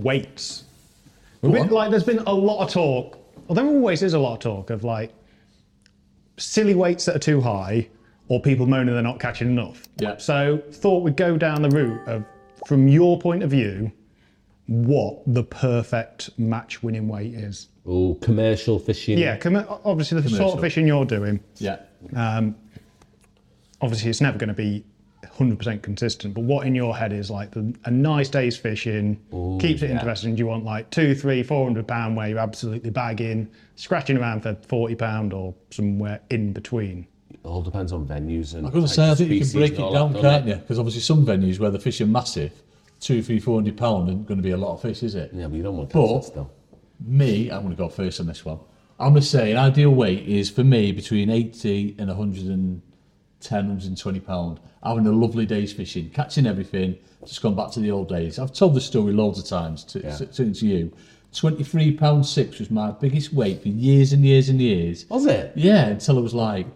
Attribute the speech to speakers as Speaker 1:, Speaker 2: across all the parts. Speaker 1: weights. We've been-
Speaker 2: What?
Speaker 1: like, there's been a lot of talk. Well, there always is a lot of talk of like silly weights that are too high, or people moaning they're not catching enough.
Speaker 2: Yeah.
Speaker 1: So, thought we'd go down the route of, from your point of view, what the perfect match-winning weight is.
Speaker 3: Ooh, commercial fishing.
Speaker 1: Yeah, com- obviously the sort
Speaker 2: Commercial.
Speaker 1: of fishing you're doing.
Speaker 2: Yeah.
Speaker 1: obviously it's never going to be 100% consistent but what in your head is like the, a nice day's fishing keeps it interesting do you want like two three four hundred pound where you're absolutely bagging scratching around for 40 pound or somewhere in between
Speaker 3: It all depends on venues and.
Speaker 2: I've got to
Speaker 3: type
Speaker 2: say, I
Speaker 3: of
Speaker 2: think you can
Speaker 3: species
Speaker 2: break it
Speaker 3: and all
Speaker 2: down,
Speaker 3: that,
Speaker 2: can't
Speaker 3: doesn't
Speaker 2: you? Because obviously, some venues where the fish are massive, two, three, four hundred pound isn't going to be a lot of fish, is it?
Speaker 3: Yeah, but you don't want
Speaker 2: But-
Speaker 3: cats though.
Speaker 2: Me, I'm going to go first on this one. I'm going to say an ideal weight is for me between 80 and 110, 120 pound. Having a lovely day's fishing, catching everything, just gone back to the old days. I've told this story loads of times to,
Speaker 3: Yeah.
Speaker 2: to, to, to you. 23 pound 6 was my biggest weight for years and years and years.
Speaker 3: Was it?
Speaker 2: Yeah, until I was like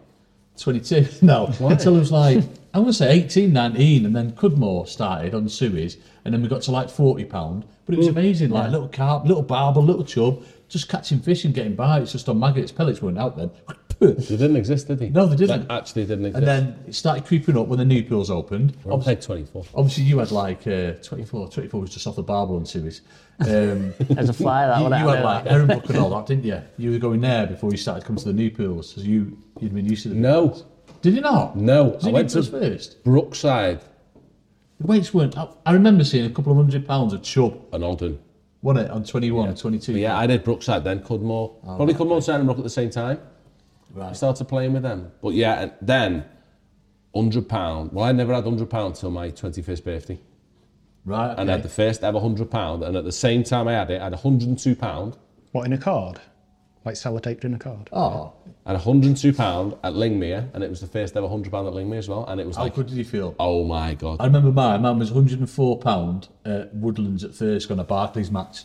Speaker 2: 22. No, until I was like, I want to say 18, 19, and then Cudmore started on Suez, and then we got to like 40 pound. But it was amazing, like little carp, little barber, little chub, just catching fish and getting by. It's just on maggots, pellets weren't out then.
Speaker 3: They didn't exist, did they?
Speaker 2: No, they didn't.
Speaker 3: They actually didn't exist.
Speaker 2: and then it started creeping up when the new pools opened.
Speaker 3: I played 24.
Speaker 2: Obviously, you had like uh, 24. 24 was just off the barber on Suez. Um,
Speaker 4: There's a fly that
Speaker 2: you,
Speaker 4: one.
Speaker 2: you had
Speaker 4: out there.
Speaker 2: like Erenbrook and all that, didn't you? You were going there before you started coming to the new pools, because you, you'd been used to the
Speaker 3: No,
Speaker 2: Did you not?
Speaker 3: no.
Speaker 2: Did
Speaker 3: I
Speaker 2: you
Speaker 3: went
Speaker 2: get
Speaker 3: to
Speaker 2: us first?
Speaker 3: Brookside
Speaker 2: The weights weren't. I, I remember seeing a couple of hundred pounds of chub,
Speaker 3: and Alden.
Speaker 2: won it on 21, 22.
Speaker 3: But yeah, I did Brookside then Cudmore. Probably Cudmore and Sandon Brook at the same time. I
Speaker 2: Oh, Right.
Speaker 3: started playing with them. But yeah, and then hundred pound. Well, I never had hundred pound till my twenty first birthday,
Speaker 2: Right.
Speaker 3: and I had
Speaker 2: okay.
Speaker 3: the first ever hundred pound. And at the same time I had it, I had hundred and two pound.
Speaker 1: what in a card like sellotaped in a card
Speaker 2: Oh,
Speaker 3: I had hundred and two pound at Lingmere, and it was the first ever hundred pound at Lingmere as well. And it was
Speaker 2: how
Speaker 3: like,
Speaker 2: good did you feel?
Speaker 3: oh my god,
Speaker 2: I remember mine. Mine was 104 pound at Woodlands at Thirsk on a Barclays match,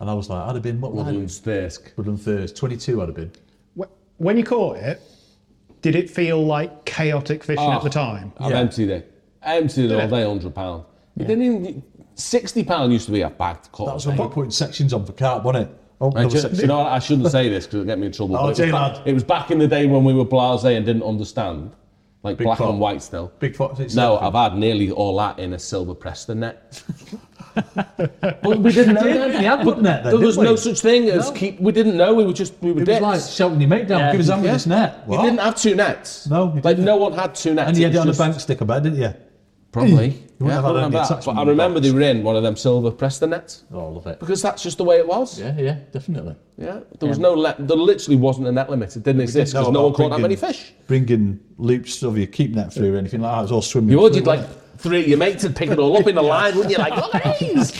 Speaker 2: and I was like, I'd have been what Woodlands.
Speaker 3: Woodlands Thirsk.
Speaker 2: Woodlands Thirsk, 22. I'd have been.
Speaker 1: Wh- when you caught it did it feel like chaotic fishing at
Speaker 3: Oh.
Speaker 1: the time
Speaker 3: I've
Speaker 2: Yeah.
Speaker 3: emptied it, emptied it all
Speaker 1: it?
Speaker 3: day. Hundred pound. It didn't even. Sixty pound used to be a bagged cut.
Speaker 2: That was when we were putting sections on for carp, wasn't it? Oh,
Speaker 3: I
Speaker 2: there was
Speaker 3: ju-
Speaker 2: section-
Speaker 3: you know, what, I shouldn't say this because it'll get me in trouble.
Speaker 2: Oh,
Speaker 3: but it, was
Speaker 2: Jay
Speaker 3: back,
Speaker 2: lad.
Speaker 3: it was back in the day when we were blase and didn't understand, like black
Speaker 2: Fox.
Speaker 3: and white still.
Speaker 2: Big Fox. it's
Speaker 3: No,
Speaker 2: section.
Speaker 3: I've had nearly all that in a silver Preston net. but we didn't know.
Speaker 2: did. We had put net then,
Speaker 3: There was
Speaker 2: didn't
Speaker 3: no
Speaker 2: we?
Speaker 3: such thing as keep. We didn't know. We were just we
Speaker 2: It
Speaker 3: were
Speaker 2: was
Speaker 3: dicks.
Speaker 2: like shouting your mate down.
Speaker 4: Yeah.
Speaker 2: Give us that with this net.
Speaker 3: you
Speaker 2: What?
Speaker 3: didn't have two nets.
Speaker 2: No, you
Speaker 3: like
Speaker 2: didn't.
Speaker 3: no one had two nets.
Speaker 2: and you had it
Speaker 3: was
Speaker 2: on
Speaker 3: just-
Speaker 2: a bank stick, I bet, didn't you?
Speaker 3: Probably.
Speaker 2: wouldn't have
Speaker 3: I
Speaker 2: had
Speaker 3: don't
Speaker 2: any
Speaker 3: remember that,
Speaker 2: attachment
Speaker 3: But I
Speaker 2: in the
Speaker 3: remember
Speaker 2: box.
Speaker 3: they were in one of them silver Preston nets
Speaker 2: Oh, I love it.
Speaker 3: because that's just the way it was.
Speaker 2: Yeah, yeah, definitely.
Speaker 3: Yeah, there was no le- there literally wasn't a net limit. It didn't exist because
Speaker 2: know
Speaker 3: no
Speaker 2: about
Speaker 3: one caught that
Speaker 2: bringing-
Speaker 3: many fish.
Speaker 2: Bringing loops over your keep net through or anything like that. It was all swimming.
Speaker 3: You ordered like three of your mates and pick it all up in a line, wouldn't you? Like, look at these.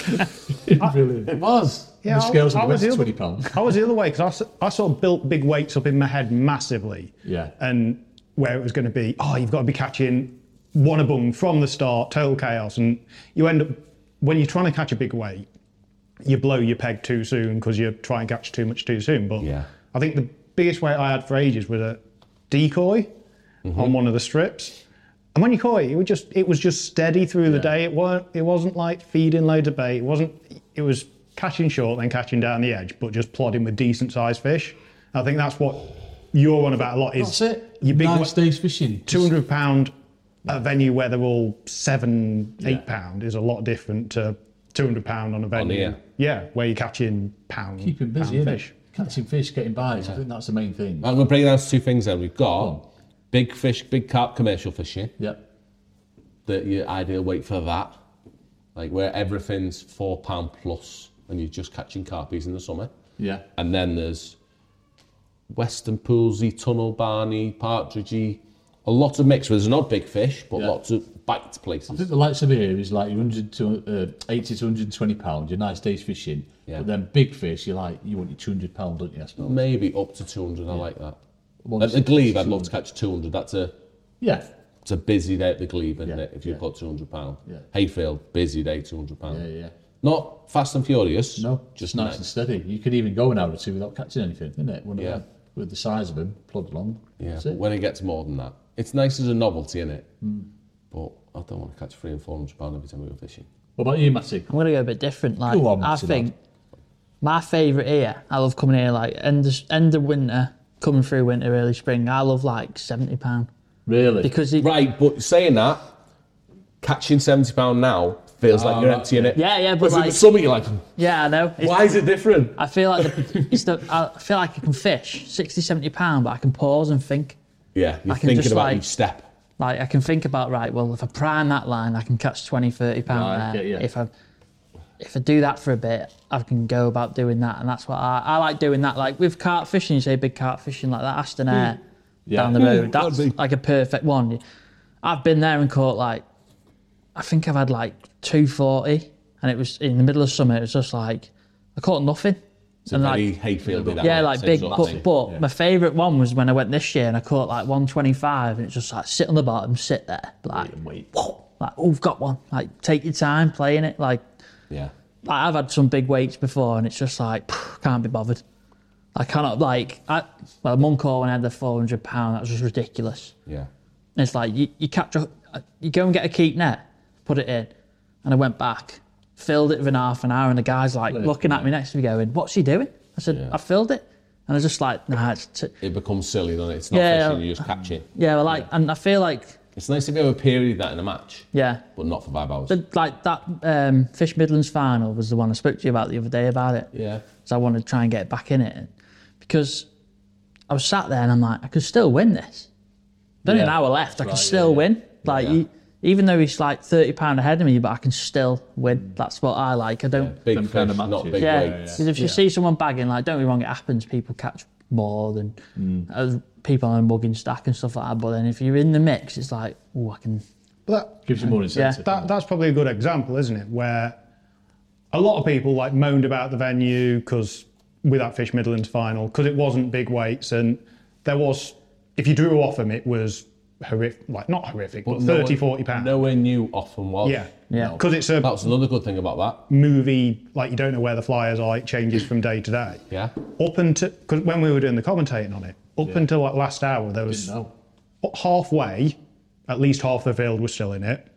Speaker 2: Brilliant.
Speaker 3: It was.
Speaker 1: Yeah,
Speaker 2: The
Speaker 1: I-
Speaker 2: scales
Speaker 1: I
Speaker 2: of
Speaker 1: was
Speaker 2: the West
Speaker 1: the other-
Speaker 2: twenty pounds.
Speaker 1: I was the other way because I, s- I sort of built big weights up in my head massively.
Speaker 2: Yeah.
Speaker 1: And where it was going to be, oh, you've got to be catching one a bung from the start, total chaos. And you end up, when you're trying to catch a big weight, you blow your peg too soon because you try and catch too much too soon. But
Speaker 3: Yeah.
Speaker 1: I think the biggest weight I had for ages was a decoy on one of the strips. And when you caught it, it was just it was just steady through the day. It weren't it wasn't like feeding loads of bait. It wasn't it was catching short then catching down the edge, but just plodding with decent sized fish. I think that's what you're on about a lot. Is
Speaker 2: That's it.
Speaker 1: Your big
Speaker 2: nice days fishing.
Speaker 1: two hundred pound a venue where they're all seven eight pound is a lot different to two hundred pound on a venue.
Speaker 3: here.
Speaker 1: yeah, where you're catching pound
Speaker 2: Keeping busy,
Speaker 1: pound
Speaker 2: innit?
Speaker 1: fish.
Speaker 2: Catching fish, getting bites. I think that's the main thing.
Speaker 3: I'm going to break it down to two things then. We've got big fish, big carp commercial fishing,
Speaker 2: Yep.
Speaker 3: that your ideal weight for that, like where everything's £4 pound plus and you're just catching carpies in the summer.
Speaker 2: Yeah.
Speaker 3: And then there's Western Poolsy, Tunnel Barney, Partridgey, a lot of mix. There's not big fish, but
Speaker 2: Yeah.
Speaker 3: lots of bite
Speaker 2: I
Speaker 3: places.
Speaker 2: think the likes of here is like your 100 to uh, 80 to 120 pounds, your nice days fishing.
Speaker 3: Yeah.
Speaker 2: But then big fish, you're like, you want your 200 pound, don't you, I suppose?
Speaker 3: Maybe up to 200, I like that.
Speaker 2: Once
Speaker 3: At the
Speaker 2: it's
Speaker 3: Glebe, I'd love to catch 200. That's a
Speaker 2: Yeah.
Speaker 3: it's a busy day at the Glebe, isn't
Speaker 2: Yeah,
Speaker 3: it? If you've
Speaker 2: yeah.
Speaker 3: got two hundred pound,
Speaker 2: Yeah.
Speaker 3: Hayfield, busy day, two hundred pound.
Speaker 2: Yeah, yeah.
Speaker 3: Not fast and furious.
Speaker 2: No,
Speaker 3: just
Speaker 2: just nice
Speaker 3: nice.
Speaker 2: and steady. You could even go an hour or two without catching anything, isn't it? One of
Speaker 3: Yeah.
Speaker 2: them. With the size of him, plod along.
Speaker 3: Yeah,
Speaker 2: That's
Speaker 3: but
Speaker 2: it. Hmm.
Speaker 3: when it gets more than that, it's nice as a novelty, isn't it? But I don't want to catch three and four hundred pound every time we go fishing.
Speaker 2: What about you, Matty?
Speaker 4: I'm gonna go a bit different. Like
Speaker 2: Go on,
Speaker 4: I
Speaker 2: Matty
Speaker 4: think
Speaker 2: lad.
Speaker 4: my favourite here. I love coming here like end of, end of winter, coming through winter, early spring. I love like seventy pound
Speaker 2: Really?
Speaker 4: because it,
Speaker 3: Right, but saying that, catching seventy pound now feels like you're emptying it.
Speaker 4: Oh, Yeah, yeah, but
Speaker 3: Whereas in the
Speaker 4: like-
Speaker 3: summer you're like,
Speaker 4: yeah, I know. It's-
Speaker 3: why is it different?
Speaker 4: I feel like the, it's the, I feel like I can fish 60, 70 pound, but I can pause and think.
Speaker 3: Yeah, you're
Speaker 4: I can
Speaker 3: thinking
Speaker 4: just,
Speaker 3: about
Speaker 4: like-
Speaker 3: each step.
Speaker 4: Like I can think about right. Well, if I prime that line, I can catch 20, 30 pound
Speaker 2: Right,
Speaker 4: there.
Speaker 2: yeah, yeah.
Speaker 4: If I if I do that for a bit, I can go about doing that, and that's what I, I like doing. That like with carp fishing, you say big carp fishing like that Aston Air
Speaker 2: Yeah.
Speaker 4: down the road. That's
Speaker 3: Hmm, that'd be-
Speaker 4: like a perfect one. I've been there and caught like I think I've had like 240, and it was in the middle of summer. It was just like I caught nothing.
Speaker 3: It's a
Speaker 4: and
Speaker 3: very hayfield. that
Speaker 4: Yeah,
Speaker 3: one,
Speaker 4: like
Speaker 3: same
Speaker 4: big.
Speaker 3: sort
Speaker 4: But,
Speaker 3: of thing.
Speaker 4: but my favourite one was when I went this year and I caught like 125, and it's just like sit on the bottom, sit there, like,
Speaker 2: wait.
Speaker 4: whoa, like oh, we've got one. Like take your time playing it. Like,
Speaker 3: yeah,
Speaker 4: like I've had some big weights before, and it's just like can't be bothered. I cannot like. I, well, Muncore when I had the 400 pound, that was just ridiculous.
Speaker 3: yeah.
Speaker 4: And it's like you, you catch a, you go and get a keep net, put it in, and I went back, filled it within half an hour, and the guy's like
Speaker 2: Look,
Speaker 4: looking at me next to me going, "What's he doing?" I said,
Speaker 3: Yeah.
Speaker 4: "I filled it," and I was just like, "Nah, it's t-
Speaker 3: It becomes silly, doesn't it? It's not
Speaker 4: Yeah,
Speaker 3: fishing,
Speaker 4: yeah.
Speaker 3: you're just catching.
Speaker 4: yeah." Well, like, and I feel like
Speaker 3: It's nice to be able to period that in a match,
Speaker 4: yeah,
Speaker 3: but not for five hours.
Speaker 4: but like that um, Fish Midlands final was the one I spoke to you about the other day about it.
Speaker 3: yeah,
Speaker 4: So I wanted to try and get back in it because I was sat there and I'm like, I could still win this. Then an
Speaker 2: Yeah.
Speaker 4: hour left, I
Speaker 2: Right,
Speaker 4: could still
Speaker 2: yeah, yeah.
Speaker 4: win. Like,
Speaker 3: Yeah.
Speaker 4: you- even though he's like thirty pound ahead of me, but I can still win. That's what I like. I don't.
Speaker 3: big
Speaker 2: Them
Speaker 3: fish,
Speaker 2: kind of
Speaker 3: not
Speaker 2: matches.
Speaker 3: big
Speaker 4: Yeah,
Speaker 3: weights.
Speaker 4: because if you see someone bagging, like, don't be wrong, it happens. People catch more than as people on a mugging stack and stuff like that. But then if you're in the mix, it's like, oh, I can.
Speaker 1: But
Speaker 2: Gives you more incentive.
Speaker 1: That, that's probably a good example, isn't it? Where a lot of people like moaned about the venue because with that Fish Midlands final, because it wasn't big weights and there was, if you drew off them, it was horrific, like not horrific, but, 30, 40 pounds.
Speaker 3: Nowhere new often was.
Speaker 1: yeah. Mm.
Speaker 4: Yeah.
Speaker 1: Because it's a
Speaker 3: That was another good thing about that.
Speaker 1: movie, like you don't know where the flyers are, it changes from day to day.
Speaker 3: Yeah.
Speaker 1: Up until, because when we were doing the commentating on it, up until like last hour, there was
Speaker 2: No.
Speaker 1: halfway, at least half the field was still in it.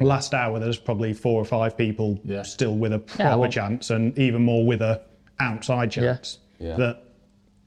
Speaker 1: Last hour, there's probably four or five people
Speaker 2: Yeah.
Speaker 1: still with a proper
Speaker 4: Oh, well-
Speaker 1: chance, and even more with a outside chance.
Speaker 3: Yeah.
Speaker 1: That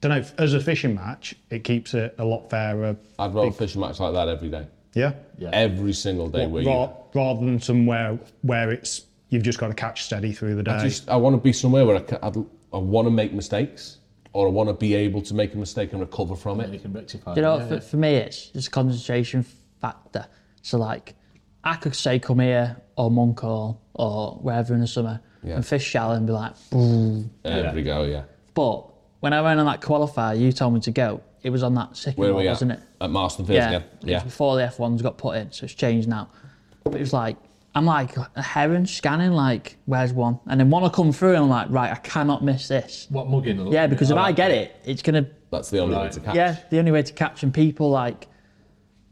Speaker 1: don't know. As a fishing match, it keeps it a lot fairer.
Speaker 3: I'd rather fish a match like that every day.
Speaker 1: Yeah.
Speaker 3: Every single day where you
Speaker 1: Ra- rather than somewhere where it's you've just got to catch steady through the day.
Speaker 3: just I want to be somewhere where I, ca- I'd, I want to make mistakes or I want to be able to make a mistake and recover from
Speaker 2: You
Speaker 3: it.
Speaker 2: can rectify
Speaker 4: You know,
Speaker 2: it.
Speaker 4: for, for me, it's just a concentration factor. So, like, I could say come here or Munkall or wherever in the summer
Speaker 3: Yeah.
Speaker 4: and fish shallow and be like, "Brrr."
Speaker 3: There we go, yeah.
Speaker 4: but when I went on that qualifier, you told me to go. It was on that second
Speaker 3: Where
Speaker 4: one,
Speaker 3: we at?
Speaker 4: wasn't it?
Speaker 3: At Marston Fields
Speaker 4: Yeah,
Speaker 3: again.
Speaker 4: It was
Speaker 3: Yeah.
Speaker 4: before the F1s got put in, so it's changed now. But it was like, I'm like a heron scanning, like, where's one? And then one will come through and I'm like, right, I cannot miss this.
Speaker 2: What mugging?
Speaker 4: Yeah, because if I get it, it's going to
Speaker 3: That's the only way
Speaker 2: Right.
Speaker 3: to catch.
Speaker 4: yeah, the only way to catch them, people like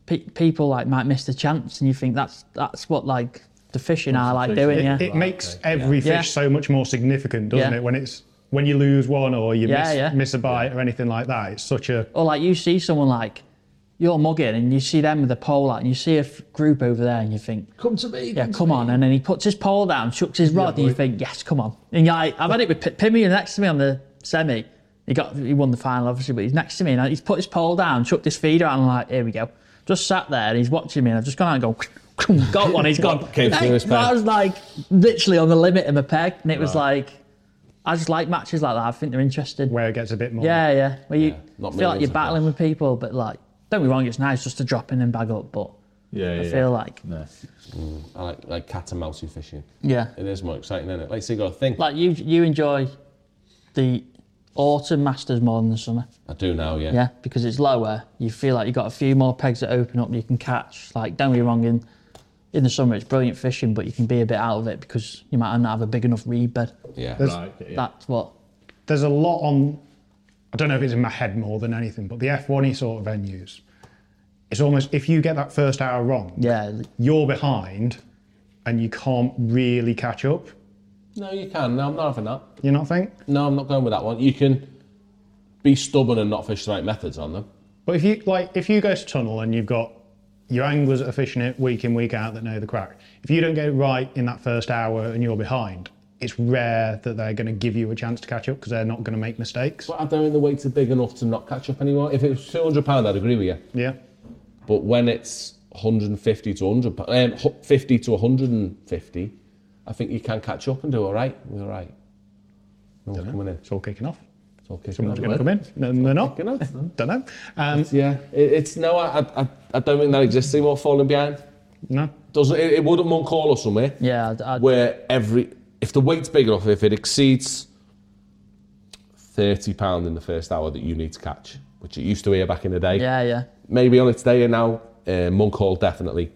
Speaker 4: pe- people like might miss the chance, and you think that's that's what like the fishing are like doing.
Speaker 2: Concentration.
Speaker 4: Yeah,
Speaker 1: it makes every fish
Speaker 4: Yeah.
Speaker 1: so much more significant, doesn't
Speaker 4: Yeah.
Speaker 1: it? When it's when you lose one or you
Speaker 4: Yeah,
Speaker 1: miss,
Speaker 4: yeah.
Speaker 1: miss a bite or anything like that, it's such a
Speaker 4: or like you see someone like you're mugging, and you see them with a pole out, and you see a f- group over there, and you think.
Speaker 2: Come to me.
Speaker 4: Yeah, come on. And then he puts his pole down, chucks his rod, and you
Speaker 2: boy.
Speaker 4: think, yes, come on. And you're like, I've had it with P- Pimmy next to me on the semi. He got he won the final, obviously, but he's next to me and he's put his pole down, chucked his feeder out, and I'm like, here we go. Just sat there and he's watching me, and I've just gone out and gone, got one, he's gone.
Speaker 3: Came through his
Speaker 4: I
Speaker 3: peg.
Speaker 4: was like, literally on the limit of my peg, and it was like, I just like matches like that. I think they're interesting.
Speaker 1: where it gets a bit more.
Speaker 4: Yeah, yeah. Where you
Speaker 3: Yeah, not
Speaker 4: feel like
Speaker 3: millions
Speaker 4: you're
Speaker 3: of
Speaker 4: battling
Speaker 3: them.
Speaker 4: with people, but like, don't be wrong, it's nice just to drop in and bag up, but
Speaker 2: Yeah, yeah.
Speaker 4: I
Speaker 2: yeah.
Speaker 4: feel like,
Speaker 2: No.
Speaker 3: I like, like cat and mousey fishing.
Speaker 4: yeah.
Speaker 3: It is more exciting, isn't it? Like, so you got to think.
Speaker 4: like you you enjoy the autumn masters more than the summer
Speaker 3: I do now, yeah.
Speaker 4: yeah because it's lower you feel like you've got a few more pegs that open up you can catch like don't be wrong in in the summer it's brilliant fishing but you can be a bit out of it because you might not have a big enough reed bed
Speaker 3: Yeah.
Speaker 2: Right. Yeah.
Speaker 4: that's what
Speaker 1: There's a lot on. I don't know if it's in my head more than anything, but the F1y sort of venues, it's almost if you get that first hour wrong,
Speaker 4: yeah
Speaker 1: you're behind, and you can't really catch up.
Speaker 3: No, you can. No, I'm not having that.
Speaker 1: You not think?
Speaker 3: No, I'm not going with that one. You can be stubborn and not fish the right methods on them.
Speaker 1: But if you like, if you go to tunnel and you've got your anglers that are fishing it week in, week out that know the crack. If you don't get it right in that first hour and you're behind, it's rare that they're going to give you a chance to catch up because they're not going to make mistakes.
Speaker 3: But I don't think the weights are big enough to not catch up anymore. If it was two hundred pound, I'd agree with you.
Speaker 1: Yeah.
Speaker 3: But when it's 150 to 100, pa- um, hu- 50 to 150, I think you can catch up and do all right. We're all right. No one's coming in.
Speaker 1: It's all kicking off.
Speaker 3: It's all kicking
Speaker 1: Someone's
Speaker 3: off.
Speaker 1: going to come in. No, they're not.
Speaker 3: Kicking off.
Speaker 1: Don't know. Um,
Speaker 3: Yeah, it, it's no. I, I- I, I don't think that exists anymore. Falling behind
Speaker 1: no.
Speaker 3: doesn't it? It would at Moncall or somewhere.
Speaker 4: Yeah, I'd, I'd,
Speaker 3: where every if the weight's big enough, if it exceeds thirty pound in the first hour that you need to catch, which it used to here back in the day.
Speaker 4: yeah, yeah.
Speaker 3: Maybe on its day and now, uh, monk hall definitely.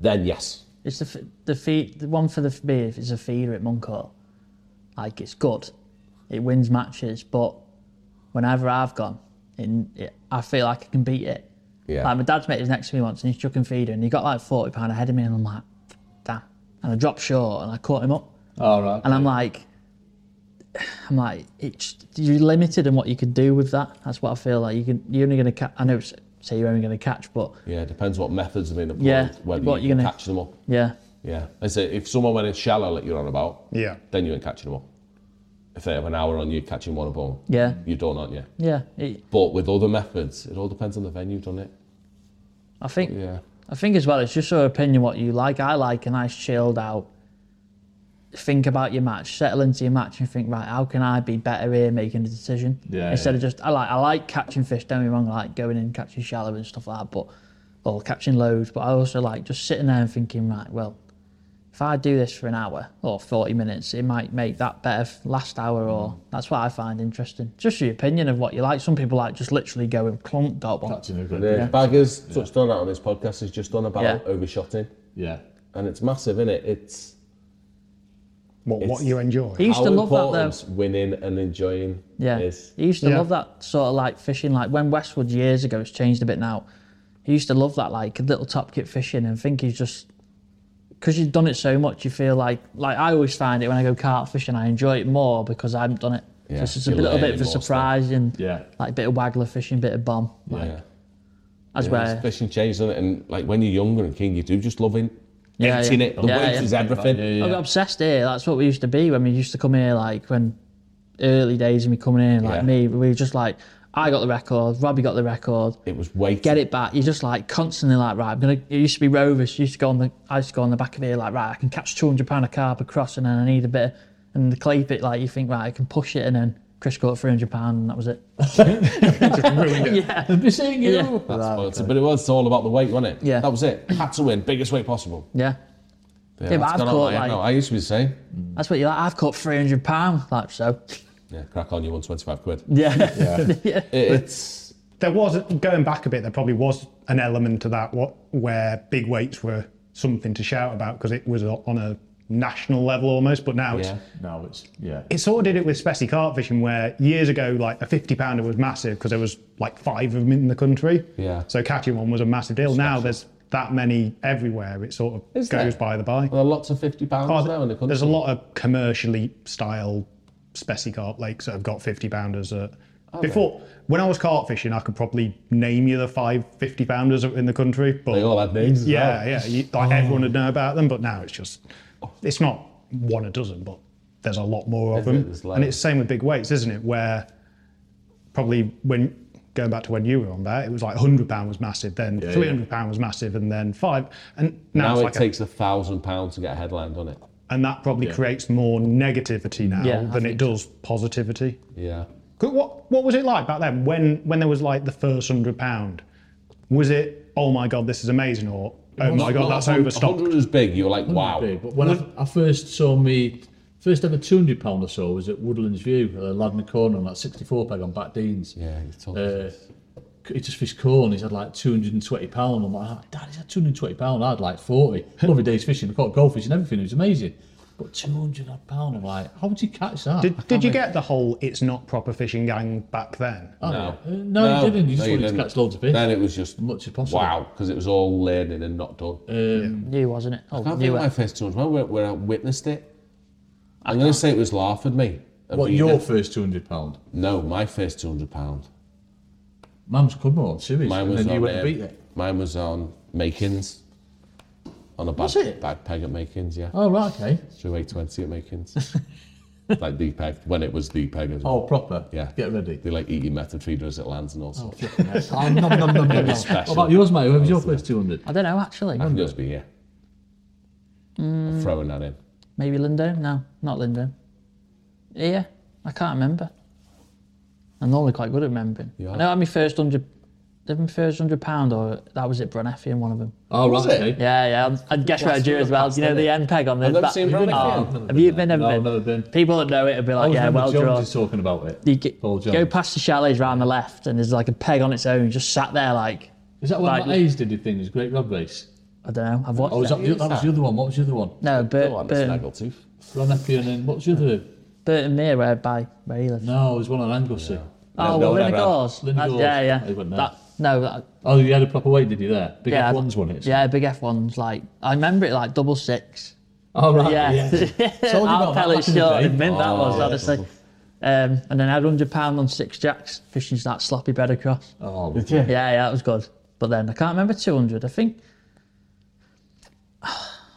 Speaker 3: Then yes,
Speaker 4: It's the f- the feed the one for the f- me is a feeder at Muncourt. Like it's good, it wins matches, but whenever I've gone, in it, I feel like I can beat it.
Speaker 3: yeah.
Speaker 4: Like my dad's mate was next to me once, and he's chucking feeder, and he got like forty pound ahead of me, and I'm like, damn. And I dropped short, and I caught him up,
Speaker 2: All right.
Speaker 4: and I'm like, I'm like, it's you're limited in what you can do with that. That's what I feel like. You can you're only gonna catch. I know it's, say you're only gonna catch, but
Speaker 3: yeah, depends what methods have been applied.
Speaker 4: Yeah,
Speaker 3: whether
Speaker 4: what
Speaker 3: you
Speaker 4: you're
Speaker 3: can
Speaker 4: gonna-
Speaker 3: catch them up.
Speaker 4: yeah,
Speaker 3: Yeah, I say if someone went in shallow like you're on about,
Speaker 1: Yeah.
Speaker 3: then you ain't catching them up. If they have an hour on you catching one a bone,
Speaker 4: yeah,
Speaker 3: you're done, aren't you?
Speaker 4: yeah. It,
Speaker 3: But with other methods, it all depends on the venue, doesn't it?
Speaker 4: I think
Speaker 3: Yeah.
Speaker 4: I think as well, it's just your opinion what you like. I like a nice chilled out. Think about your match, settle into your match, and think right, how can I be better here making the decision
Speaker 2: Yeah,
Speaker 4: instead
Speaker 2: yeah.
Speaker 4: of just I like I like catching fish. Don't get me wrong, I like going in and catching shallow and stuff like that, but or catching loads. But I also like just sitting there and thinking right, well, if I do this for an hour or forty minutes, it might make that better f- last hour. Or that's what I find interesting. Just your opinion of what you like. Some people like just literally going clunk dot one.
Speaker 2: Catching a good-
Speaker 3: Yeah. Baggers touched on that on his podcast. He's just done about
Speaker 4: Yeah.
Speaker 3: overshotting,
Speaker 2: Yeah.
Speaker 3: and it's massive, isn't it? It's
Speaker 1: What, what
Speaker 3: It's-
Speaker 1: you enjoy.
Speaker 4: He used
Speaker 3: how
Speaker 4: to love that though.
Speaker 3: important winning and enjoying
Speaker 4: Yeah.
Speaker 3: is.
Speaker 4: He used to
Speaker 1: Yeah.
Speaker 4: love that sort of like fishing. Like when Westwood years ago, it's changed a bit now. He used to love that like little top kit fishing and think he's just because you've done it so much, you feel like like I always find it when I go carp fishing, I enjoy it more because I haven't done it.
Speaker 3: Yeah,
Speaker 4: So it's just a
Speaker 3: you're
Speaker 4: little bit
Speaker 3: learning
Speaker 4: of a
Speaker 3: more stuff.
Speaker 4: surprise and
Speaker 2: Yeah.
Speaker 4: like a bit of waggler fishing, bit of bomb. Like,
Speaker 3: yeah.
Speaker 4: That's
Speaker 3: Yeah,
Speaker 4: where
Speaker 3: it's fishing changed, isn't it? And like when you're younger and king, you do just love in
Speaker 4: Yeah,
Speaker 3: eating
Speaker 4: yeah.
Speaker 3: it. The
Speaker 4: Yeah,
Speaker 3: weight
Speaker 4: yeah.
Speaker 3: is everything.
Speaker 4: I got obsessed here. That's what we used to be when we used to come here, like when early days of me coming in, like
Speaker 3: Yeah.
Speaker 4: me, we were just like, I got the record, Robbie got the record.
Speaker 3: It was weight.
Speaker 4: get it back. You're just like constantly like, right, I'm gonna. It used to be rovers. You used to go on the. I used to go on the back of here like, right, I can catch 200 pound of carp across, and then I need a bit. Of, and the clay bit, like you think, right, I can push it, and then Chris caught 300 pound, and that was it.
Speaker 2: I've been seeing you.
Speaker 4: Yeah.
Speaker 3: That's what it's- But it was all about the weight, wasn't it?
Speaker 4: Yeah.
Speaker 3: That was it. Had to win, biggest weight possible.
Speaker 4: Yeah,
Speaker 3: Yeah,
Speaker 4: but
Speaker 3: that's
Speaker 4: I've
Speaker 3: gone on
Speaker 4: caught,
Speaker 3: my head
Speaker 4: like-
Speaker 3: now. I used to be the same.
Speaker 4: that's what you like. I've caught 300 pound, like so.
Speaker 3: Yeah, crack on, you won 25 quid.
Speaker 4: Yeah,
Speaker 3: It- it's
Speaker 1: there was going back a bit. There probably was an element to that what where big weights were something to shout about because it was on a national level almost. But now
Speaker 3: yeah.
Speaker 1: it's
Speaker 2: No, it's yeah.
Speaker 1: it sort of did it with specie carp fishing where years ago like a 50 pounder was massive because there was like five of them in the country.
Speaker 3: Yeah.
Speaker 1: So catching one was a massive deal. Now there's that many everywhere. It sort of
Speaker 3: Is
Speaker 1: goes
Speaker 3: there?
Speaker 1: by the by.
Speaker 3: There are lots of 50 pounds
Speaker 1: Oh,
Speaker 3: now in the country.
Speaker 1: there's a lot of commercially style specie carp lakes that have got 50 pounders that
Speaker 3: Oh,
Speaker 1: before when I was carp fishing I could probably name you the five 50 pounders in the country but
Speaker 3: They all Oh. had names. as
Speaker 1: yeah
Speaker 3: well.
Speaker 1: yeah you, like everyone would know about them but now it's just it's not one a dozen but there's a lot more of
Speaker 3: Isn't it?
Speaker 1: them
Speaker 3: There's loads.
Speaker 1: and it's same with big weights isn't it where probably when going back to when you were on that it was like 100 pound was massive then 300 pound was massive and then five and now,
Speaker 3: Now
Speaker 1: it's
Speaker 3: it
Speaker 1: like a-
Speaker 3: takes a thousand pounds to get a headline, doesn't it?
Speaker 1: and that probably
Speaker 2: Yeah.
Speaker 1: creates more negativity now
Speaker 4: Yeah, I
Speaker 1: than it
Speaker 4: think
Speaker 1: does positivity.
Speaker 3: Yeah.
Speaker 1: 'Cause What what was it like back then when when there was like the first hundred pound? Was it oh my god this is amazing or oh my god that's overstocked?
Speaker 3: 100 is big. You're like, wow.
Speaker 2: Big. But when I, I first saw me, first ever 200 pound or so was at Woodlands View, a lad in the corner on that 64 peg on Back Deans.
Speaker 3: Yeah, you told us.
Speaker 2: Uh, he just fished corn. He's had like 220 pound. I'm like, "Ah, Dad, he's had 220 pound. I had like 40. Lovely days fishing. I caught goldfish and everything. It was amazing. But 200 odd pound. I'm like, how would you catch that?
Speaker 1: Did, did you get the whole it's not proper fishing gang back then?
Speaker 2: Oh,
Speaker 3: No.
Speaker 2: uh, no, you didn't. You just
Speaker 3: no,
Speaker 2: wanted to
Speaker 3: didn't.
Speaker 2: catch loads of fish.
Speaker 3: Then it was just
Speaker 2: as much as possible.
Speaker 3: wow, because it was all learning and not done.
Speaker 1: Uh,
Speaker 4: new wasn't it? Oh,
Speaker 3: I think
Speaker 4: new.
Speaker 3: my first 200 pound where, where I witnessed it. I'm going to say it was laugh at me. I
Speaker 2: What,
Speaker 3: mean,
Speaker 2: your
Speaker 3: it-
Speaker 2: first 200 pound?
Speaker 3: No, my first 200 pound.
Speaker 2: Mum's Cudmore on series.
Speaker 3: Mine
Speaker 2: and
Speaker 3: was
Speaker 2: then
Speaker 3: on.
Speaker 2: you went
Speaker 3: um,
Speaker 2: and beat it.
Speaker 3: Mine was on Makins on a bag,
Speaker 2: Was it?
Speaker 3: bag peg at Makins, yeah.
Speaker 2: Oh, right, okay.
Speaker 3: Through 820 at Makins. like the peg, when it was the peg as well.
Speaker 2: Oh, proper.
Speaker 3: Yeah.
Speaker 2: Get ready.
Speaker 3: They like eat your metatrida as it lands and all
Speaker 2: Oh,
Speaker 3: sorts.
Speaker 2: flipping heck. oh, nom, nom, nom, nom, nom. What
Speaker 3: special.
Speaker 2: about yours, mate? Where was your first 200?
Speaker 4: I don't know actually.
Speaker 2: Oh,
Speaker 3: I can just be here. I'm throwing that in.
Speaker 4: Maybe Lindome? No, not Lindome. Yeah, I can't remember. I'm normally quite good at remembering.
Speaker 3: You
Speaker 4: I
Speaker 3: are.
Speaker 4: know I had my first hundred, did my first hundred pound, or that was it, Bronetti in one of them.
Speaker 2: Oh, right,
Speaker 3: it?
Speaker 2: okay.
Speaker 4: Yeah, yeah. I'd- I'd guess where I do as well. Do you know the end peg on the
Speaker 3: I've never
Speaker 4: back?
Speaker 3: seen Bronetti
Speaker 2: I've
Speaker 3: in.
Speaker 2: never
Speaker 4: Have you
Speaker 2: there.
Speaker 4: been never
Speaker 2: no,
Speaker 4: been?
Speaker 2: I've never been.
Speaker 4: People that know it would be
Speaker 2: I
Speaker 4: like,
Speaker 2: always
Speaker 4: yeah,
Speaker 2: remember
Speaker 4: well
Speaker 2: Jones
Speaker 4: drawn.
Speaker 2: is talking about it.
Speaker 4: You get,
Speaker 2: Paul
Speaker 4: go
Speaker 2: Jones.
Speaker 4: past the chalets round the left, and there's like a peg on its own, just sat there like
Speaker 2: Is that when
Speaker 4: Like-
Speaker 2: Matt Hayes did his thing, his great rod race?
Speaker 4: I don't know. I've watched.
Speaker 2: Oh, was
Speaker 4: it.
Speaker 2: that, the, that was the other one. What was the other one?
Speaker 4: No,
Speaker 3: Go on,
Speaker 4: Bert,
Speaker 3: the
Speaker 4: Bert,
Speaker 3: snaggletooth.
Speaker 2: Ron Epion and what's the other?
Speaker 4: Burton Mere, where by where he lives.
Speaker 2: No, it was one on Anglesey.
Speaker 4: Oh,
Speaker 3: no,
Speaker 4: well, Linda
Speaker 3: that-
Speaker 4: Gores.
Speaker 2: Linda
Speaker 4: That-
Speaker 2: Gores.
Speaker 4: Yeah, yeah.
Speaker 2: I wouldn't know.
Speaker 4: That, no, that,
Speaker 2: Oh, you had a proper weight, did you there? Big
Speaker 4: yeah.
Speaker 2: F1's won it.
Speaker 4: Yeah, big F1's like, I remember it like double six.
Speaker 2: Oh, right.
Speaker 4: Yeah.
Speaker 2: Told you
Speaker 4: I'll
Speaker 2: about that
Speaker 4: tell it
Speaker 2: back in the
Speaker 4: short
Speaker 2: day.
Speaker 4: and mint that
Speaker 3: Oh,
Speaker 4: was,
Speaker 3: yeah.
Speaker 4: honestly. Um, and then I had £100 on six jacks, fishing that sloppy bed across.
Speaker 2: Oh,
Speaker 3: Yeah.
Speaker 4: Yeah, yeah, that was good. But then I can't remember 200. I think, I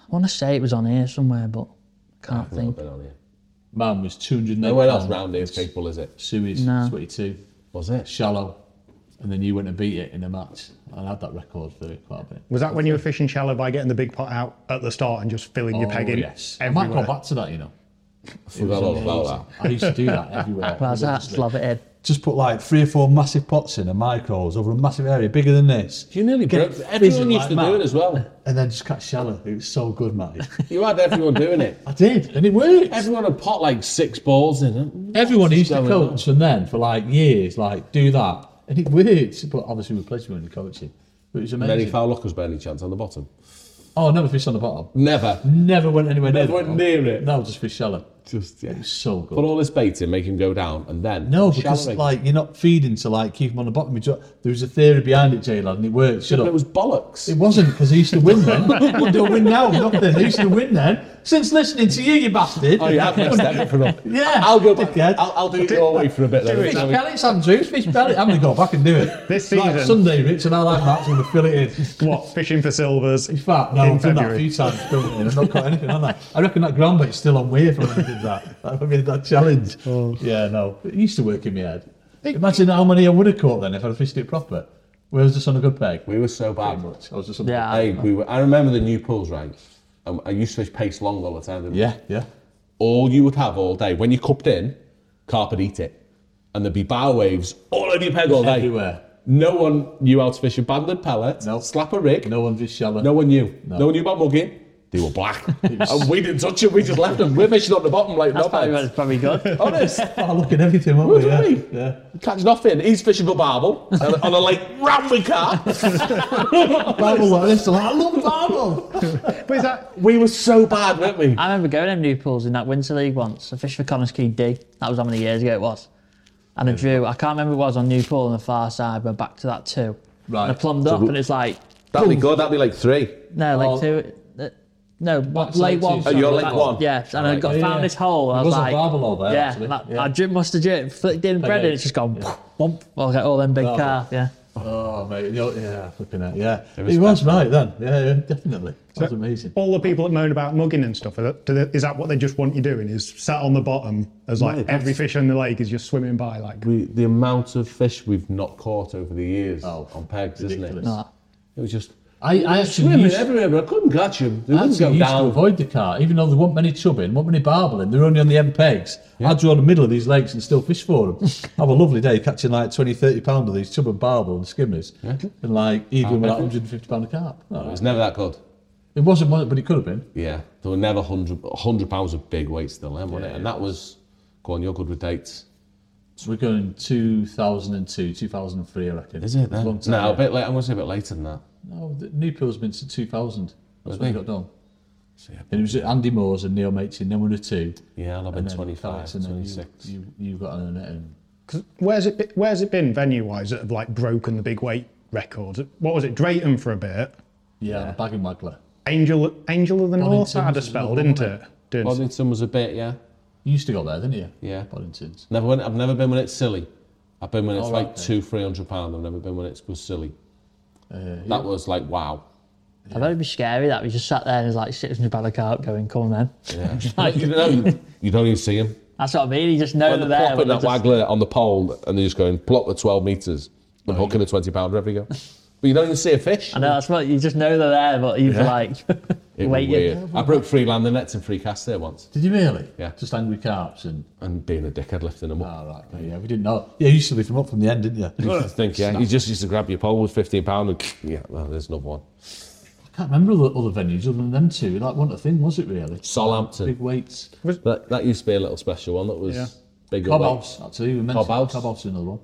Speaker 4: want to say it was on here somewhere, but I can't
Speaker 3: I've not
Speaker 4: think.
Speaker 3: been on here.
Speaker 2: man was 208.
Speaker 3: No one else
Speaker 2: pound.
Speaker 3: round here is capable, is it?
Speaker 2: Suey's
Speaker 4: No.
Speaker 2: 22,
Speaker 3: Was it?
Speaker 2: shallow. And then you went and beat it in a match. I had that record for quite a bit.
Speaker 1: Was that when you were fishing shallow by getting the big pot out at the start and just filling your peg in?
Speaker 2: Oh, yes. I might
Speaker 1: everywhere?
Speaker 2: go back to that, you know.
Speaker 3: I forgot all about that.
Speaker 2: I used to do that everywhere.
Speaker 4: Well, that's
Speaker 2: religiously.
Speaker 4: slob it in.
Speaker 2: Just put like three or four massive pots in and micros over a massive area bigger than this.
Speaker 3: You nearly
Speaker 2: Get
Speaker 3: broke.
Speaker 2: it fizzing
Speaker 3: Everyone used
Speaker 2: like
Speaker 3: to
Speaker 2: mad.
Speaker 3: do it as well.
Speaker 2: And then just catch shallow. It was so good, Matty.
Speaker 3: You had everyone doing it.
Speaker 2: I did, and it worked.
Speaker 3: Everyone had pot like six balls in it.
Speaker 2: Everyone
Speaker 3: What's
Speaker 2: used to
Speaker 3: going
Speaker 2: coach and then for like years, like do that, and it worked. But obviously, we played when coaching. But it was
Speaker 3: on? Many
Speaker 2: amazing.
Speaker 3: foul luck was barely chance on the bottom.
Speaker 2: Oh, I never fished on the bottom.
Speaker 3: Never.
Speaker 2: Never went anywhere near.
Speaker 3: Never
Speaker 2: the
Speaker 3: went
Speaker 2: bottom.
Speaker 3: near it.
Speaker 2: No, just fish shallow.
Speaker 3: Just yeah.
Speaker 2: So good.
Speaker 3: Put all this bait in, make him go down, and then
Speaker 2: no,
Speaker 3: shallow
Speaker 2: because
Speaker 3: it.
Speaker 2: like you're not feeding to like keep them on the bottom. You ju- There was a theory behind it, J lad, and it worked. Shut
Speaker 3: But
Speaker 2: up.
Speaker 3: it was bollocks.
Speaker 2: It wasn't because he used to win then. well, they'll win now, nothing. They used to win then. Since listening to you, you bastard.
Speaker 3: oh, you have messed everything up.
Speaker 2: Yeah,
Speaker 3: I'll go back.
Speaker 2: dickhead.
Speaker 3: I'll, I'll do it your way for a bit.
Speaker 2: Fish
Speaker 3: Then.
Speaker 2: pellets, Andrew. Fish pellets. I'm going to go back and do it.
Speaker 1: This
Speaker 2: Like
Speaker 1: season-
Speaker 2: Sunday, Rich, and I like that. I'm going to fill it in.
Speaker 1: What fishing for silvers?
Speaker 2: In fact, no,
Speaker 1: In
Speaker 2: I've done that a
Speaker 1: February.
Speaker 2: few times, don't I? I've not caught anything, have I? I reckon that ground bait's still on weird from when I did that. That would be that challenge. Yeah, no. It used to work in my head. Imagine how many I would have caught then if I'd fished it proper. Where I was just on a good peg.
Speaker 3: We were so bad.
Speaker 2: Pretty much. I was just on a
Speaker 4: Yeah.
Speaker 3: Hey, we were, I remember the new pools, right? Um, I used to fish pace long all the time.
Speaker 2: good- Yeah, yeah.
Speaker 3: All you would have all day when you cupped in, carp would eat it, and there'd be bow waves all over your peg all day.
Speaker 2: Everywhere.
Speaker 3: No one knew how to fish a banded pellet,
Speaker 2: No.
Speaker 3: slap a rig.
Speaker 2: No one just shallow.
Speaker 3: No one knew. No,
Speaker 2: No.
Speaker 3: one knew about mugging. They were black. and we didn't touch them. We just left them. We're fishing on the bottom like
Speaker 4: That's
Speaker 3: no
Speaker 4: probably,
Speaker 3: man.
Speaker 4: that's probably good.
Speaker 3: Honest.
Speaker 2: Oh, look at everything, weren't we?
Speaker 3: Were
Speaker 2: Yeah.
Speaker 3: we?
Speaker 2: yeah.
Speaker 3: Catching off in. He's fishing for barbel on, a- on a lake round with carp.
Speaker 2: Bible like this. like, I love Bible.
Speaker 1: But is that
Speaker 3: we were so bad, weren't we?
Speaker 4: I remember going to new pools in that winter league once. I fished for Connors Key D. That was how many years ago it was. And I drew, I can't remember it was on new pool on the far side, went back to that two.
Speaker 2: Right.
Speaker 4: And I plumbed up and it's like,
Speaker 3: That'd be good. That'd be like three.
Speaker 4: no, like
Speaker 2: Oh.
Speaker 4: two. uh, No,
Speaker 2: Backside
Speaker 4: late
Speaker 2: two,
Speaker 4: one.
Speaker 2: sorry, Oh,
Speaker 3: you're late
Speaker 4: back-
Speaker 3: one.
Speaker 4: Yeah, and I
Speaker 3: Right,
Speaker 4: got,
Speaker 2: yeah,
Speaker 4: found
Speaker 2: yeah.
Speaker 4: this hole. and
Speaker 2: It
Speaker 4: I was
Speaker 2: was on
Speaker 4: like,
Speaker 2: Barbel all there,
Speaker 4: yeah,
Speaker 2: actually.
Speaker 4: and I,
Speaker 2: Yeah.
Speaker 4: I dri- must have dripped, flicked in bread, and it's just gone. Bump. Well, I got all them big
Speaker 2: Barbel.
Speaker 4: calf. Yeah,
Speaker 2: Oh, mate. you know- Yeah, flipping out. Yeah. He
Speaker 3: was
Speaker 2: was, right then. Yeah, yeah, definitely. That was amazing.
Speaker 1: all the people that moan about mugging and stuff? Is that, do they- is that what they just want you doing? Is sat on the bottom as like
Speaker 3: Right, that's-
Speaker 1: every fish in the lake is just swimming by? Like
Speaker 3: We, the amount of fish we've not caught over the years
Speaker 2: Oh,
Speaker 3: on pegs, isn't
Speaker 2: ridiculous.
Speaker 3: it?
Speaker 2: No.
Speaker 3: It was just
Speaker 2: I, I actually
Speaker 3: swimming
Speaker 2: used,
Speaker 3: everywhere, but I couldn't catch them. They
Speaker 2: I
Speaker 3: wouldn't
Speaker 2: actually
Speaker 3: go
Speaker 2: used to
Speaker 3: down.
Speaker 2: avoid the car, even though there weren't many chubbing, weren't many barbling, they're only on the end pegs. I'd draw the middle of these legs and still fish for them. Have a lovely day catching like 20, 30 pound of these chub and barbel and skimmers and like eagle with like 150 pound of carp.
Speaker 3: It
Speaker 2: No,
Speaker 3: was never that good.
Speaker 2: it wasn't, was it? but it could have been.
Speaker 3: Yeah, there were never 100, 100 pounds of big weights still then, wasn't it? And that was, go on, you're good with dates.
Speaker 2: So we're going 2002, 2003, I reckon.
Speaker 3: Is it
Speaker 2: It's a
Speaker 3: then?
Speaker 2: long time,
Speaker 3: No, a
Speaker 2: yeah.
Speaker 3: bit later. I'm going to say a bit later than that.
Speaker 2: No, the new pill's been since 2000. That's when it got done.
Speaker 3: yeah.
Speaker 2: And it was Andy Moores and Neil Machin, then we were two.
Speaker 3: Yeah, I'll have been
Speaker 2: And then
Speaker 3: 25,
Speaker 2: Alex, and then you-
Speaker 3: 26.
Speaker 2: You, you, got on it and
Speaker 1: where's it? be- Where's it been venue wise that have like broken the big weight records? What was it? Drayton for a bit.
Speaker 2: yeah, and a bagging waggler.
Speaker 1: Angel, Angel of the North. That had a
Speaker 2: Bonington's
Speaker 1: spell,
Speaker 2: another
Speaker 1: didn't
Speaker 2: one,
Speaker 1: it? Did.
Speaker 3: Boddington Oh, was a bit, yeah.
Speaker 2: You used to go there, didn't you?
Speaker 3: Yeah.
Speaker 2: Boddington's.
Speaker 3: Never went, I've never been when it's silly. I've been when it's
Speaker 2: Oh,
Speaker 3: like
Speaker 2: okay.
Speaker 3: two, three hundred pounds. I've never been when it's was silly.
Speaker 2: Uh,
Speaker 3: That was like wow.
Speaker 4: I bet it'd be scary that we just sat there and there's like 600 pound of carp going, come on then.
Speaker 3: Yeah. you, know, you don't even see him.
Speaker 4: That's what I mean. You just know
Speaker 3: When
Speaker 4: they're
Speaker 3: they're
Speaker 4: there.
Speaker 3: plopping that
Speaker 4: but they're just-
Speaker 3: waggler on the pole and they're just going, plop at 12 metres. I'm hooking a 20 pounder every go. But you don't even see a fish.
Speaker 4: I know, that's what you just know they're there, but you've
Speaker 2: Yeah.
Speaker 4: like
Speaker 3: It was
Speaker 4: waited.
Speaker 3: weird. I broke three lander nets and three casts there once
Speaker 2: Did you really?
Speaker 3: Yeah.
Speaker 2: Just angry carps and.
Speaker 3: and being a dickhead lifting them up.
Speaker 2: All right. oh, Yeah, we didn't know. Yeah, you used to be from up from the end, didn't you?
Speaker 3: You used to think, yeah, you just used to grab your pole with 15 pound and yeah, well, there's another one.
Speaker 2: I can't remember the other venues other than them two. Like, wasn't a thing, was it really? Big
Speaker 3: Southampton.
Speaker 2: weights.
Speaker 3: That, that used to be a little special one that was
Speaker 1: Yeah.
Speaker 3: big.
Speaker 2: Cobb
Speaker 3: away.
Speaker 2: House, actually. We mentioned
Speaker 3: Cobb House.
Speaker 2: Cobb House, another one.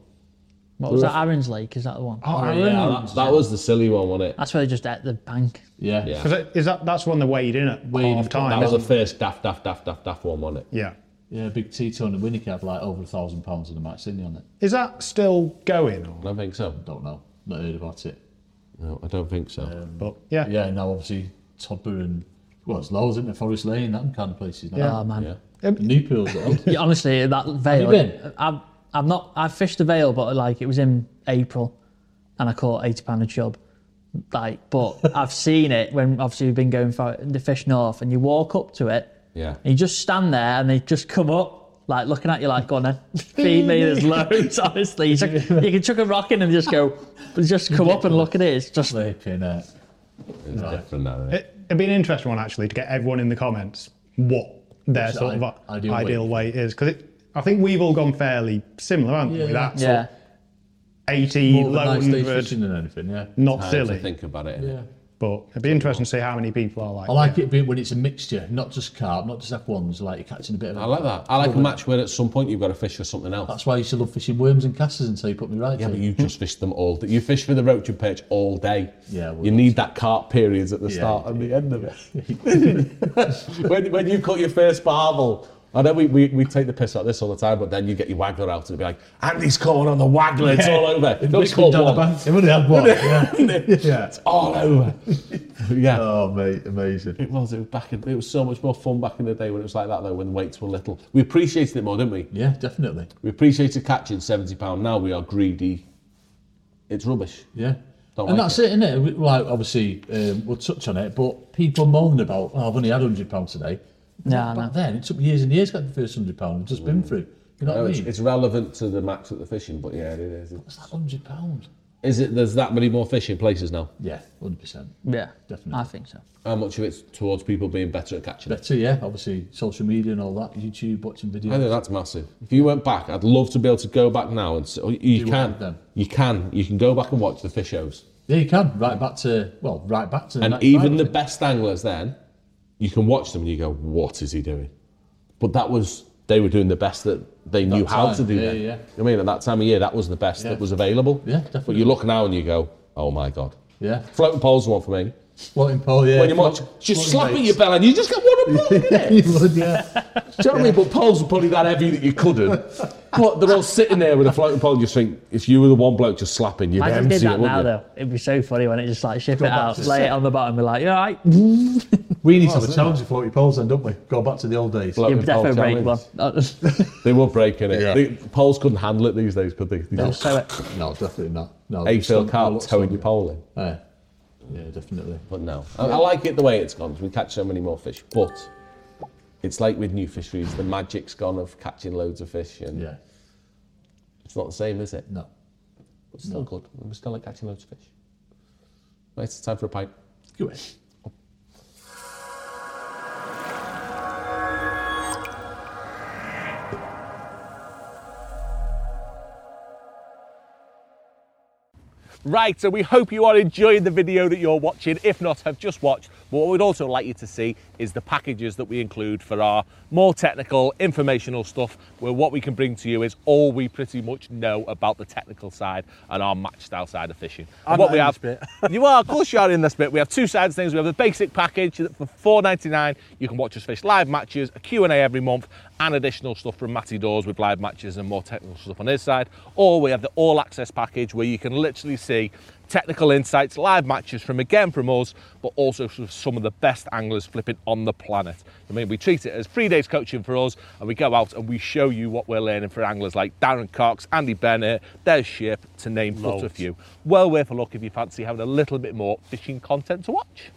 Speaker 4: What was that? Aaron's Lake? Is that the one?
Speaker 2: Oh,
Speaker 3: Yeah, that, that was the silly one, wasn't it?
Speaker 4: That's where they just ate the bank.
Speaker 2: Yeah.
Speaker 3: Yeah.
Speaker 1: Is that- is that that's when they weighed in at
Speaker 2: Weighed in,
Speaker 1: half
Speaker 3: That
Speaker 1: time?
Speaker 3: was
Speaker 1: isn't
Speaker 3: the first daft, daft, daft, daft, daft one, wasn't it?
Speaker 1: it? Yeah.
Speaker 2: Yeah, big T-Tone and Winnie had like over a thousand pounds in the match, didn't he, on it?
Speaker 1: Is that still going? Or,
Speaker 3: I don't think so.
Speaker 2: Don't know. Not heard about it.
Speaker 3: No, I don't think so.
Speaker 1: but yeah.
Speaker 2: Yeah, and now obviously Todborough and, well, it's loads, isn't it? Forest Lane, that kind of places now.
Speaker 4: Oh man.
Speaker 3: yeah.
Speaker 2: Newpool's at home.
Speaker 4: Yeah, honestly, that veil.
Speaker 2: been?
Speaker 4: I've I've not I've fished a veil, but like it was in April, and I caught eighty pound of chub. Like, but I've seen it when obviously we've been going for the fish north, and you walk up to it,
Speaker 3: Yeah.
Speaker 4: and you just stand there, and they just come up, like looking at you, like, "Go on then, feed me." There's loads. Honestly, you, chuck- you can chuck a rock in and just go, just come up and look at it. It's just
Speaker 2: Flipping it.
Speaker 3: It's different now. isn't it?
Speaker 1: It, it'd be an interesting one actually to get everyone in the comments what their sort of
Speaker 2: i- ideal
Speaker 1: ideal, weight
Speaker 2: weight.
Speaker 1: is because I think we've all gone fairly similar, haven't
Speaker 2: Yeah.
Speaker 1: we? That's
Speaker 4: yeah.
Speaker 1: 80,
Speaker 2: More
Speaker 1: low
Speaker 2: nice day
Speaker 1: 100,
Speaker 2: fishing than anything, yeah.
Speaker 1: not
Speaker 3: Time
Speaker 1: silly.
Speaker 3: to think about it. innit?
Speaker 2: Yeah.
Speaker 1: But it'd be interesting to see how many people are like.
Speaker 2: I like it being when it's a mixture, not just carp, not just F1s, like you're catching a bit of
Speaker 3: I like that. I like a match where at some point you've got to fish for something else.
Speaker 2: That's why I used to love fishing worms and casters until you put me right.
Speaker 3: yeah,
Speaker 2: to
Speaker 3: but
Speaker 2: it.
Speaker 3: you just fish them all. day. You fish for the roach and perch all day.
Speaker 2: Yeah, well,
Speaker 3: you need that carp periods at the
Speaker 2: Yeah,
Speaker 3: start and the end of it. when, when you cut your first barbel, I know we, we, we take the piss out of this all the time, but then you get your waggler out and it'd be like, Andy's caught one on the waggler, it's all over.
Speaker 2: It
Speaker 3: It only
Speaker 2: whispered
Speaker 3: caught
Speaker 2: down the
Speaker 3: one.
Speaker 2: bank. It would have had one. yeah.
Speaker 3: It's all over. yeah.
Speaker 2: Oh, mate, amazing.
Speaker 3: It was. It was back. In, it was so much more fun back in the day when it was like that, though. When the weights were little, we appreciated it more, didn't we?
Speaker 2: Yeah, definitely.
Speaker 3: We appreciated catching seventy pound. Now we are greedy. It's rubbish.
Speaker 2: Yeah.
Speaker 3: Don't
Speaker 2: and
Speaker 3: like
Speaker 2: that's it, isn't it? We- Like, obviously, um, we'll touch on it, but people moan about, oh, I've only had £100 today.
Speaker 4: Yeah, I
Speaker 2: Back
Speaker 4: know.
Speaker 2: then, it took years and years to get the first £100 I've just been through. You know what
Speaker 3: No,
Speaker 2: I
Speaker 3: Mm. Oh, it's,
Speaker 2: mean?
Speaker 3: it's relevant to the match at the fishing, but yeah, it is.
Speaker 2: What's that £100?
Speaker 3: Is it? There's that many more fishing places now.
Speaker 2: Yeah, 100%.
Speaker 4: Yeah,
Speaker 2: Definitely.
Speaker 4: I think so.
Speaker 3: How much of it's towards people being better at catching? it?
Speaker 2: Better, yeah, obviously, social media and all that, YouTube, watching
Speaker 3: I
Speaker 2: videos.
Speaker 3: think that's massive. If you went back, I'd love to be able to go back now and say, oh, you
Speaker 2: what
Speaker 3: can,
Speaker 2: with them?
Speaker 3: you can, you can go back and watch the fish shows.
Speaker 2: Yeah, you can, right back to, well, right back to the
Speaker 3: And
Speaker 2: 95,
Speaker 3: even the
Speaker 2: isn't it?
Speaker 3: best anglers then, you can watch them and you go, what is he doing? But that was, they were doing the best that they knew
Speaker 2: That
Speaker 3: how to
Speaker 2: time,
Speaker 3: do
Speaker 2: yeah,
Speaker 3: then.
Speaker 2: yeah.
Speaker 3: I mean, at that time of year, that was the best
Speaker 2: Yeah.
Speaker 3: that was available.
Speaker 2: Yeah,
Speaker 3: But
Speaker 2: definitely.
Speaker 3: you look now and you go, oh my God.
Speaker 2: Yeah,
Speaker 3: Floating poles are one for me.
Speaker 2: floating pole, yeah.
Speaker 3: When you watch,
Speaker 2: float-
Speaker 3: just slap
Speaker 2: floating weights.
Speaker 3: at your bell and you just get one of them. Do
Speaker 2: you would, yeah.
Speaker 3: you know what I mean? But poles were probably that heavy that you couldn't. But they're all sitting there with a floating pole and you just think, if you were the one bloke just slapping, you'd
Speaker 4: I
Speaker 3: empty
Speaker 4: did
Speaker 3: it,
Speaker 4: that
Speaker 3: wouldn't
Speaker 4: now
Speaker 3: you?
Speaker 4: though. It'd be so funny when it just like ship it
Speaker 2: back
Speaker 4: out,
Speaker 2: to
Speaker 4: lay it
Speaker 2: set.
Speaker 4: on the bottom, be like, "Yeah, right."
Speaker 2: We need to have a challenge with floaty poles then, don't we? Go back to the old days.
Speaker 3: Floating
Speaker 4: You've definitely
Speaker 3: pole
Speaker 4: break one.
Speaker 3: challenge. They were breaking it.
Speaker 2: Yeah.
Speaker 3: The poles couldn't handle it these days, could they? They just
Speaker 4: So,
Speaker 2: No, definitely not. No,
Speaker 3: Hey,
Speaker 2: there's
Speaker 3: Phil
Speaker 2: some- a
Speaker 3: Carp
Speaker 2: lot
Speaker 3: towing your
Speaker 2: some-
Speaker 3: pole in.
Speaker 2: Yeah. yeah, definitely.
Speaker 3: But no, I, I like it the way it's gone. 'cause We catch so many more fish, but it's like with new fisheries, the magic's gone of catching loads of fish, and
Speaker 2: Yeah,
Speaker 3: it's not the same, is it?
Speaker 2: no.
Speaker 3: It's still good. We still like catching loads of fish. Right, it's time for a pint.
Speaker 2: Go away.
Speaker 5: Right, so we hope you are enjoying the video that you're watching. If not, have just watched. But what we'd also like you to see is the packages that we include for our more technical, informational stuff, where what we can bring to you is all we pretty much know about the technical side and our match style side of fishing. And what
Speaker 6: not
Speaker 5: we
Speaker 6: in
Speaker 5: have,
Speaker 6: this
Speaker 5: you are, of course, you are in this bit. We have two sides of things. We have the basic package that for 4.99 you can watch us fish live matches, a Q&A every month, and additional stuff from Matty Doors with live matches and more technical stuff on his side. Or we have the all access package where you can literally see
Speaker 3: technical insights, live matches from again from us, but also from some of the best anglers flipping on the planet. I mean, we treat it as three days coaching for us, and we go out and we show you what we're learning for anglers like Darren Cox, Andy Bennett, Des Ship, to name but a few. Well worth a look if you fancy having a little bit more fishing content to watch.